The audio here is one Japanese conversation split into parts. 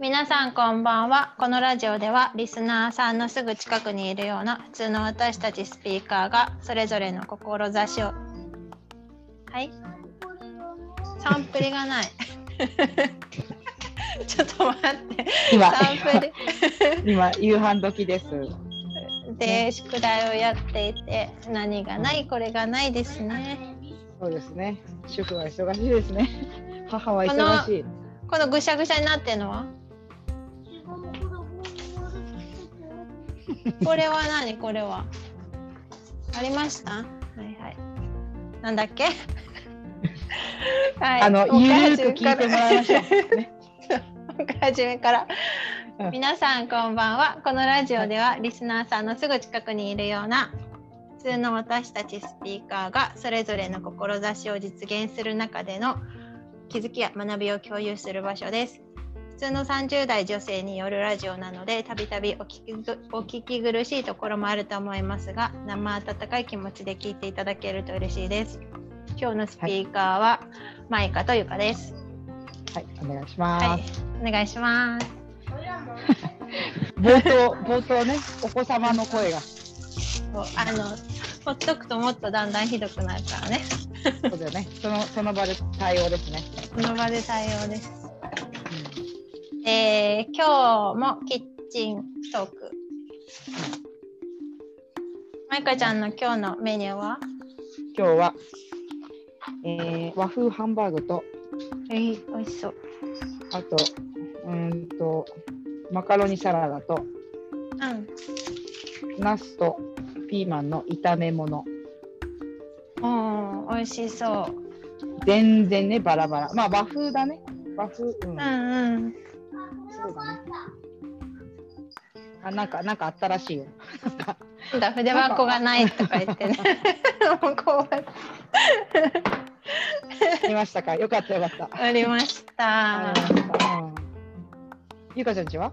皆さんこんばんはこのラジオではリスナーさんのすぐ近くにいるような普通の私たちスピーカーがそれぞれの志をはいサンプリがない ちょっと待って今サンプリ 今夕飯時です。で宿題をやっていて何がないこれがないですねそうですね。主婦は忙しいですね。 母は忙しい。このぐしゃぐしゃになってるのは これは何これはありましたはいはいなんだっ けはあのもう一ゆ回るーく聞いてもらいましょう。ねもう一回初めからうん皆さんこんばんはこのラジオではリスナーさんのすぐ近くにいるような普通の私たちスピーカーがそれぞれの志を実現する中での気づきや学びを共有する場所です普通の30代女性によるラジオなのでたびたびお聞きぐお聞き苦しいところもあると思いますが生温かい気持ちで聞いていただけると嬉しいです今日のスピーカーは、マイカとゆかですはい、お願いします。はいお願いします冒頭冒頭ね、お子様の声がそうあのほっとくともっとだんだんひどくなるからねそうだよね。そのその場で対応ですね。この場で対応です、えー今日もキッチントークマイカちゃんの今日のメニューはうん今日は、えー和風ハンバーグとえー、美味しそうあとうーんとマカロニサラダとうナスとピーマンの炒めん物。おー美味しそう全然ねバラバラ。まあ和風だね。和風。うんうんうんそうだね。あ、なんか、なんかあったらしい よ。なんだ筆箱がないとか言ってね もう怖い見ましたか。よかった、よかった。ありましたうんゆかちゃんちは。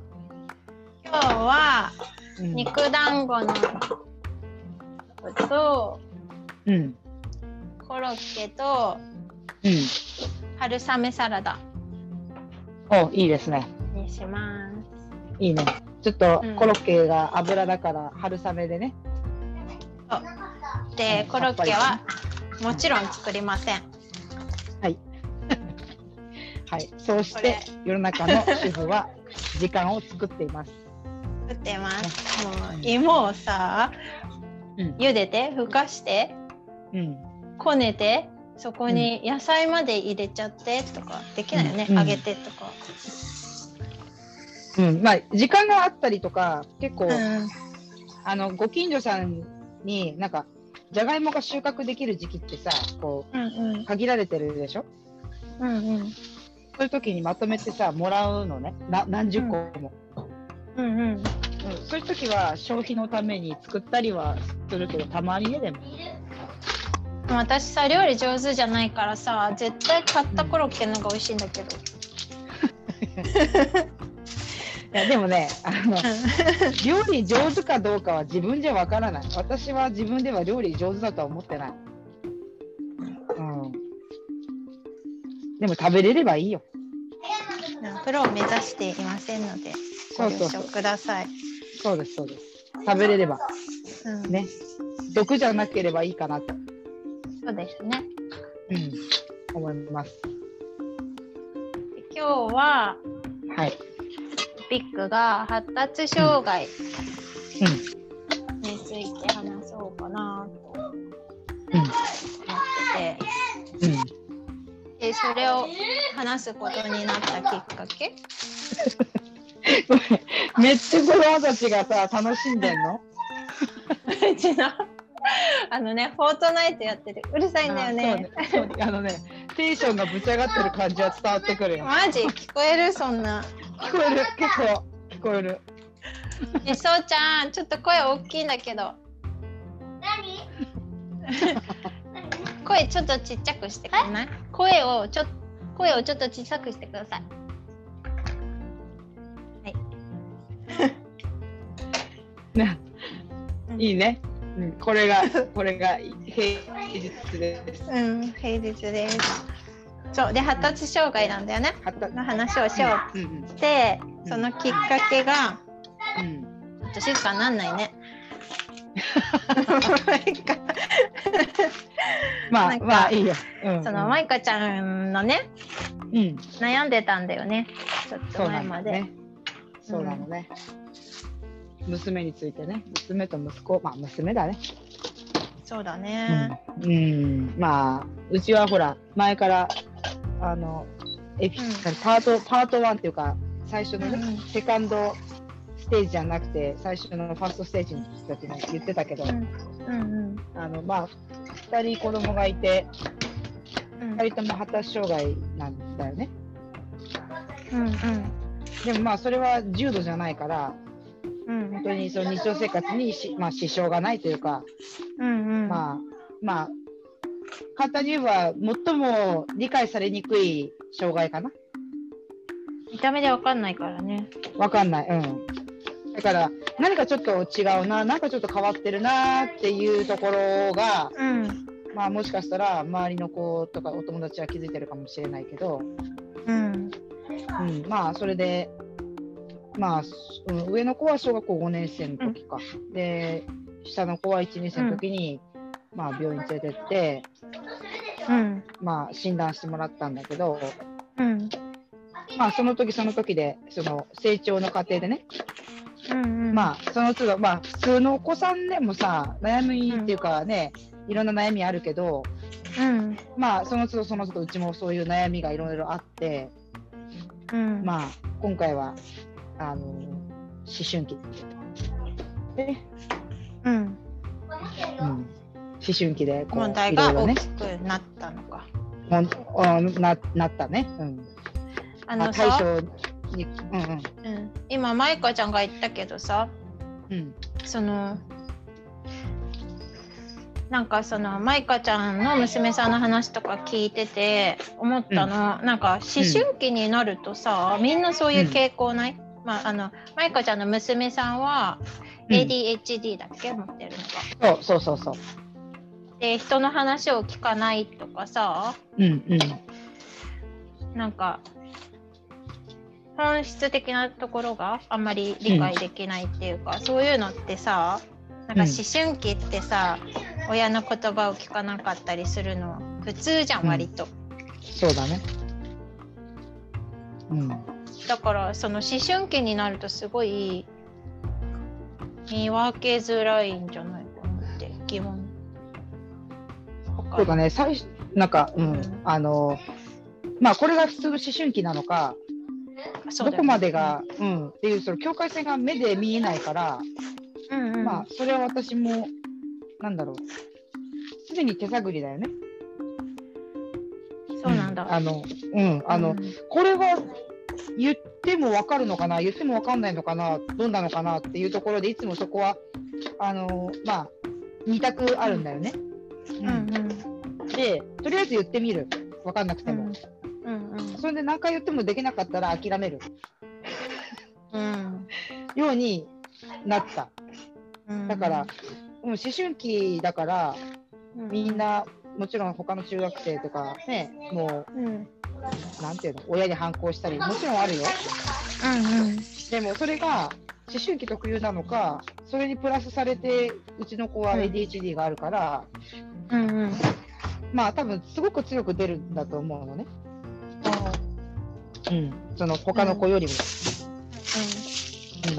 今日はうん肉団子のとうん。うん。コロッケと春雨サラダお、いいですね。にします。いいね。ちょっとうんコロッケが油だから、春雨でね。で、コロッケはもちろん作りません。はい。そうして、世の中の主婦 は時間を作っています。作ってます。もう芋をさ、うん茹でて、ふかして、うん。こねて、そこに野菜まで入れちゃってとかできないよね。うん揚げてとか。うん、まあ、時間があったりとか、結構、うん。あの、ご近所さんに、なんか。じゃがいもが収穫できる時期ってさ、こうんうんう限られてるでしょ。うんうん。そういう時にまとめてさもらうのねな何十個も、うんうん。うんそういう時は消費のために作ったりはするけどたまにねでも私さ料理上手じゃないからさ絶対買ったコロッケの方が美味しいんだけど、いやでもねあの 料理上手かどうかは自分じゃわからない私は自分では料理上手だとは思ってない、うん、でも食べれればいいよプロを目指していませんのでごそう了そう承そうください。そうですそうです食べれればうんね毒じゃなければいいかなと、そうですね。うん、思います今日ははい、ピックが発達障害うについて話そうかなと思んってうんうん、てでそれを話すことになったきっかけご めんめっちゃ子供たちがさ楽しんでんのうちの あのね「フォートナイト」やっててうるさいんだよね。あそうねそうねあのねテンションがぶち上がってる感じは伝わってくるよマジ聞こえるそんな。聞こえる結構聞こえるえそうちゃんちょっと声大きいんだけど声ちょっとちっちゃくしてくれない声をちょ声をちょっと小さくしてくださいねうんいいね、うん、これがこれが平日ですうん平日ですそうで発達障害なんだよねはたの話をしよううんうんでそのきっかけが、うん、ちょっと静かになんないね。まなあんかまあいいよ。う ん、その前マイカちゃんのねうん、悩んでたんだよねちょっそとうな前んまだで。ね。そうなのね。娘についてね、娘と息子、まあ娘だね。そうだね。うん、うんまあうちはほら前からあのエピ、うんパートパート1っていうか最初のね、うんうんセカンドステージじゃなくて最初のファーストステージに来た時に言ってたけど、うんうんあのまあ2人子供がいてうんうん2人とも発達障害なんだよねうんでもまあそれは重度じゃないからうん本当にその日常生活にし、まあ、支障がないというか、うんうんまあまあ簡単に言えば最も理解されにくい障害かな見た目でわかんないからね。わかんない。うん。だから、何かちょっと違うな、なんかちょっと変わってるなっていうところが、うんまあもしかしたら周りの子とかお友達は気づいてるかもしれないけど、うんうん、まあそれで、まあ、うん上の子は小学校5年生の時か。で、下の子は1年生の時に、まあ病院連れてって、うんまあ診断してもらったんだけど、うんまあその時その時で、その成長の過程でね、うんあまあその都度まあ普通のお子さんでもさ悩みっていうかね、いろんな悩みあるけどうんまあその都度その都度うちもそういう悩みがいろいろあって、うんまあ今回はあの思春期で、うんうん、思春期でこう問題いろがいろ大ねきくなったのか。もんあななったね、うん、あまあの対さ、象にうんうん、今マイカちゃんが言ったけどさ、うんうんそのなんかそのマイカちゃんの娘さんの話とか聞いてて思ったの、なんか思春期になるとさ、みんなそういう傾向ない、まああのマイカちゃんの娘さんはうん ADHD だっけ、持ってるのが。そうそうそうそうで人の話を聞かないとかさうんうんなんか本質的なところがあんまり理解できないっていうか、そういうのってさなんかう思ん春期ってさ、親の言葉を聞かなかったりするの普通じゃうんん割と、そうだねうんだからその思春期になるとすごい見分けづらいんじゃないかなって疑問そうだね、最初、なんか、ううんん、あの、まあ、これが普通の思春期なのか、そうだよどねこまでが、うん、っていう、その境界線が目で見えないから、うんうんまあ、それは私も、なんだろう、すでに手探りだよね。そうなんだ、うあの、うん、あの、うんこれは言ってもわかるのかな、言ってもわかんないのかな、どうなのかなっていうところで、いつもそこは、あの、まあ、二択あるんだよね。うんうんうん、で、とりあえず言ってみる。わかんなくても。うんうんそれで何回言ってもできなかったら諦めるうんようになったうんだから、うん、思春期だからうんみんなもちろん他の中学生とかねもうんうんうなんていうの親に反抗したりもちろんあるよでもそれが思春期特有なのかそれにプラスされてうちの子はうん ADHD があるから、うんうんまあ多分すごく強く出るんだと思うのね、うん、その他の子よりも。う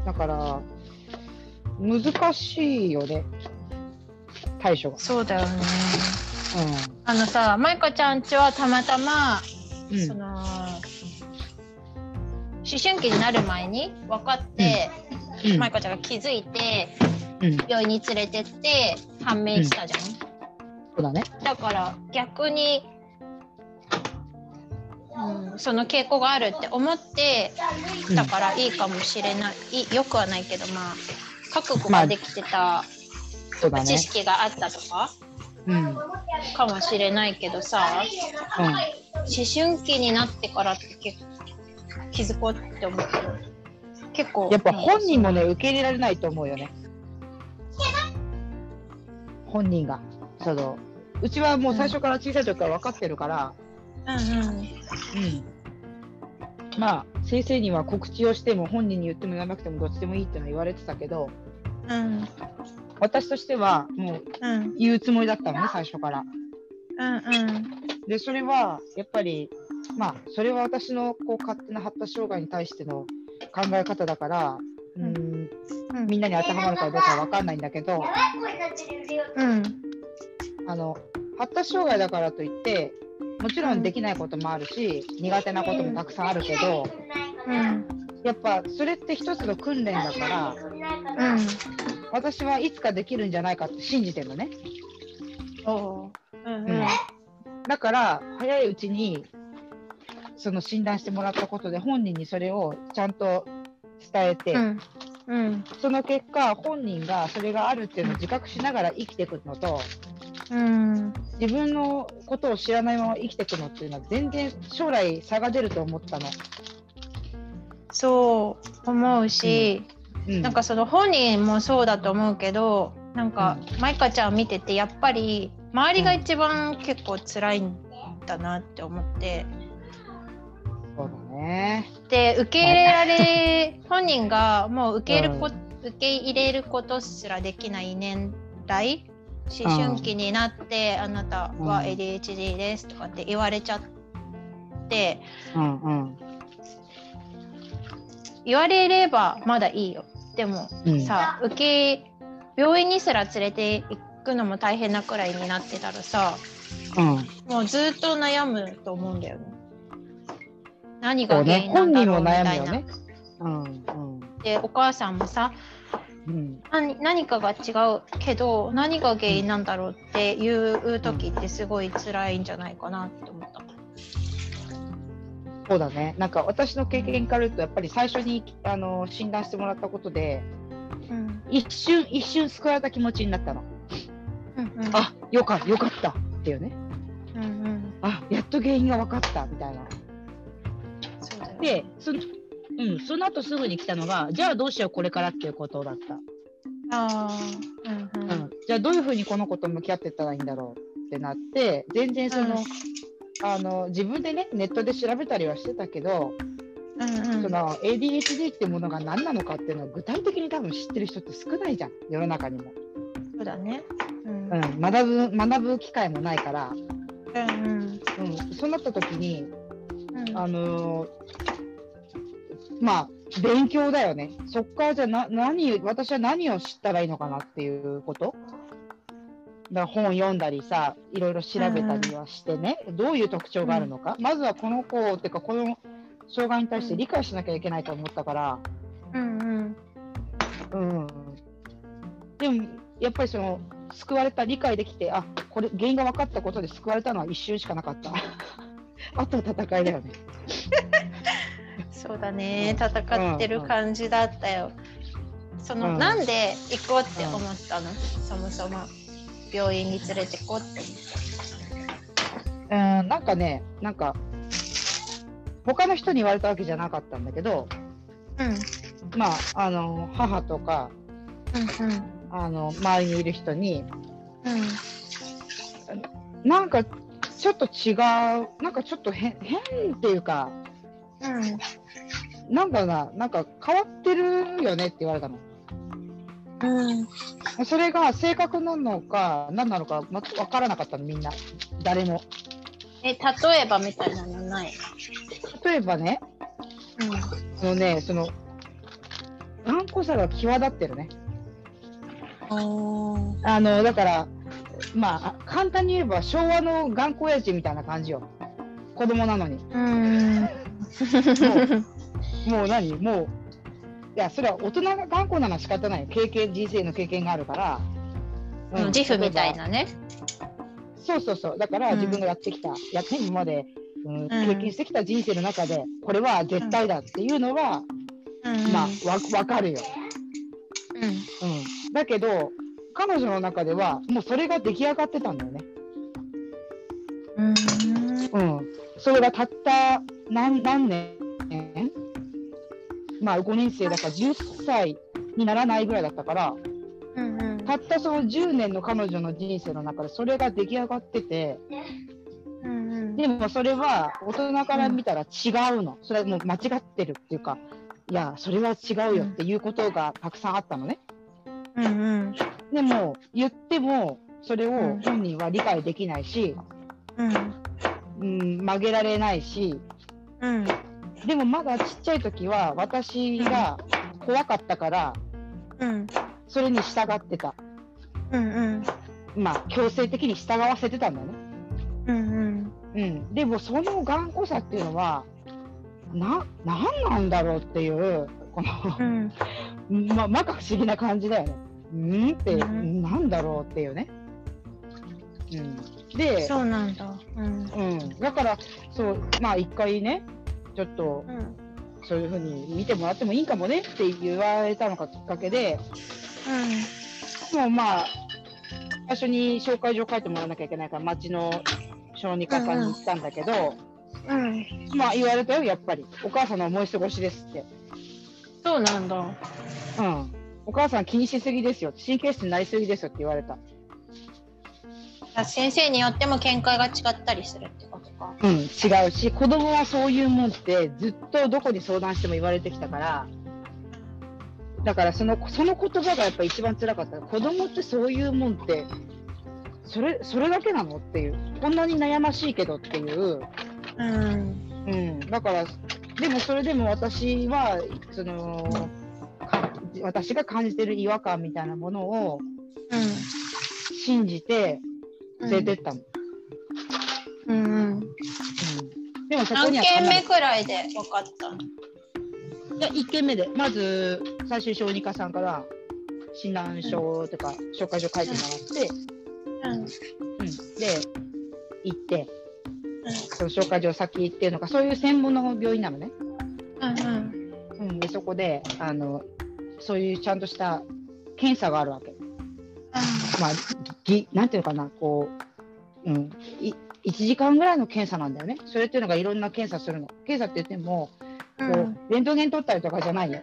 んだから難しいよね対処が。そうだよねあのさマイカちゃんちはたまたま、うんその思春期になる前に分かって、うんマイカちゃんが気づいてうん、そ病院に連れてって判明したじゃん、うだね。だから逆に、うん、その傾向があるって思ってだからいいかもしれない、いよくはないけどまあ覚悟ができてたそうだね知。識があったとかうん、うん、かもしれないけどさ思春期になってからって結構気づこうって思って結構やっぱ本人もね受け入れられないと思うよね。本人がそのうちはもう最初から小さい時から分かってるから、うんうんうん、まあ先生には告知をしても本人に言っても言わなくてもどっちでもいいっていうのは言われてたけどうん私としてはもううん言うつもりだったのね最初から。うんうんでそれはやっぱりまあそれは私のこう勝手な発達障害に対しての考え方だからうーんうんみんなに当てはまるかどうかわかんないんだけどうんあの発達障害だからといってもちろんできないこともあるし苦手なこともたくさんあるけどうんやっぱそれって一つの訓練だからうん私はいつかできるんじゃないかって信じてるのね、おううんううんん、だから早いうちにその診断してもらったことで本人にそれをちゃんと伝えて、うんうんその結果本人がそれがあるっていうのを自覚しながら生きていくのとうん自分のことを知らないまま生きていくのっていうのは全然将来差が出ると思ったの。そう思うし、うん、なんかその本人もそうだと思うけどなんかマイカちゃんを見ててやっぱり周りが一番結構辛いんだなって思ってそうだね。で受け入れられ本人がもう受け入れるこ、受け入れることすらできない年代思春期になって、あなたは ADHD ですとかって言われちゃってうんうん。言われればまだいいよでもうんさ受け病院にすら連れて行くのも大変なくらいになってたらさうん、もうずっと悩むと思うんだよね。何そがう原ね因な本んだ人ろうもみた悩いな。むよね。うんうんでお母さんもさうん何何かが違うけど何が原因なんだろうっていう時ってすごい辛いんじゃないかなって思った。そうだねなんか私の経験から言うとやっぱり最初にあの診断してもらったことでうん一瞬一瞬救われた気持ちになったの。うんうんあよかよかったっていうねうんうんあやっと原因が分かったみたいな。そうだよねでそのうん、その後すぐに来たのがじゃあどうしようこれからっていうことだった、あーうんうんうん、じゃあどういうふうにこの子と向き合っていったらいいんだろうってなって全然その,、あの自分でねネットで調べたりはしてたけど、うんうそんの ADHD ってものが何なのかっていうのは具体的に多分知ってる人って少ないじゃん世の中にも、そうだね。うんううんん、学ぶ学ぶ機会もないから、うんうん、そうなった時にうんあのーまあ勉強だよねそっからじゃあな何私は何を知ったらいいのかなっていうことだから本読んだりさいろいろ調べたりはしてね、どういう特徴があるのか、まずはこの子っていうかこの障害に対して理解しなきゃいけないと思ったから、うんうんうん、でもやっぱりその救われた理解できてあこれ原因が分かったことで救われたのは一瞬しかなかった あとは戦いだよね。そうだね戦ってる感じだったよ。その、うんなんで行こうって思ったの、そもそも病院に連れてこうってうんなんかね、なんか、他の人に言われたわけじゃなかったんだけど、思っまあ、あの母とかた。うんうんあの周りにいる人に、うんなんかちょっと違う、なんかちょっと変変っていうか、うんなんだろうな、なんか変わってるよねって言われたの。うんそれが正確なのか、何なのか、ま、分からなかったの、みんな、誰も。え例えばみたいなのない。例えばね、あのね、その、頑固さが際立ってるね。うん。おあのだから、まあ、簡単に言えば昭和の頑固親父みたいな感じよ子供なのにうん。もう何もういやそれは大人が頑固なのは仕方ないよ経験人生の経験があるから、うん自負みたいなね。そうそうそうだからうん自分がやってきた、やって今まで、うんん経験してきた人生の中でこれは絶対だっていうのは、うんまあわ分かるよ、うんうん、だけど彼女の中ではもうそれが出来上がってたんだよねうんうん、それがたった何何年まあ5年生だから10歳にならないぐらいだったからうんうんたったその10年の彼女の人生の中でそれが出来上がっててうんうんでもそれは大人から見たら違うの、それはもう間違ってるっていうかいやそれは違うよっていうことがたくさんあったのねうんうんでも言ってもそれうをん本人は理解できないし、うんうん、曲げられないしうんでもまだちっちゃい時は私が怖かったからうんそれに従ってたうんうんまあ強制的に従わせてたんだよねうんうん、でもその頑固さっていうのはな何なんだろうっていうこうんうんの、 ま、まか不思議な感じだよね。うんって、うんなんだろうっていうね。うん、でそうなんだうんう、ん、だからそうまあ一回ねちょっとうんそういうふうに見てもらってもいいかもねって言われたのがきっかけでもうまあ最初に紹介状書いてもらわなきゃいけないから町の小児科さんに行ったんだけど。うんうんまあ言われたよ、やっぱり。お母さんの思い過ごしですって。そうなんだうん。お母さん気にしすぎですよ。神経質になりすぎですよって言われた。先生によっても見解が違ったりするってことかうん、違うし、子供はそういうもんってずっとどこに相談しても言われてきたから、だからそのその言葉がやっぱ一番辛かった。子供ってそういうもんって、それそれだけなのっていう。こんなに悩ましいけどっていう。うんうん、だからでもそれでも私はそのか私が感じてる違和感みたいなものを信じてうん連れてったの、うんうんうんでもそこ何には件目くらいで分かったの1件目でまず最終小児科さんから診断書とか紹介状書いてもらって、うんうん、で行ってその紹介状先っていうのがそういう専門の病院なのね、うんうん、でそこであのそういうちゃんとした検査があるわけまあ、ぎなんていうのかな、こう、うん、い1時間ぐらいの検査なんだよね。それっていうのがいろんな検査するの。検査って言っても、うこんううんレントゲン取ったりとかじゃないよ。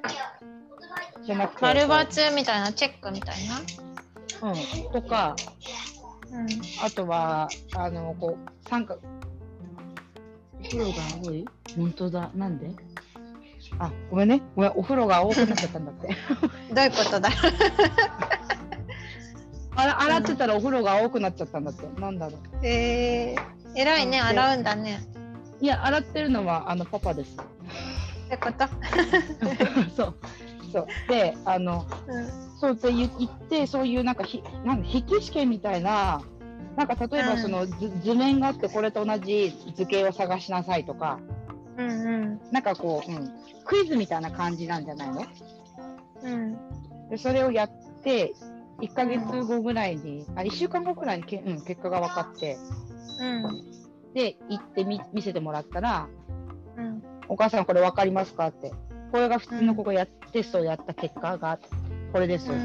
じゃなくて、丸バツみたいなチェックみたいうん、とか、なうんあとは、あの、こう、三角。お風呂が多い本当だ。なんであ、ごめんね。ごめん、お風呂が多くなっちゃったんだって。 どういうことだあら洗ってたらお風呂が多くなっちゃったんだって。なんだろう。えー、偉いねうん洗うんだねいや、洗ってるのは、あの、パパです。ってこと そう。そう。で、あの、うんそうって言言って、そういうなんかひ、なん筆記試験みたいな、なんか例えうばんその図,、図面があって、これと同じ図形を探しなさいとか、うんなんかこう、うん、クイズみたいな感じなんじゃないのうんうんでそれをやって、1ヶ月後ぐらいに、あ、1週間後ぐらいにけ、うん、結果が分かって、うんで、行ってみ見せてもらったら、うんお母さんこれ分かりますかって、これが普通のここや、テストをやった結果が、これですうよっ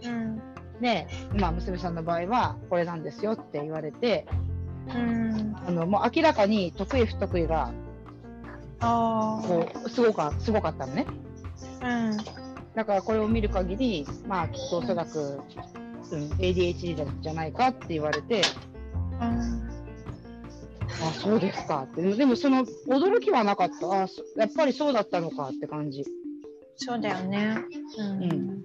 て。んうんで、まあ、娘さんの場合はこれなんですよって言われてうんあのもう明らかに得意不得意があこうすごかすごかったのねあうんだからこれを見る限りまあきっとおそらく、うん、ADHD じゃないかって言われてうんあそうですかってでもその驚きはなかったあそやっぱりそうだったのかって感じ、そうだよねううんんうん、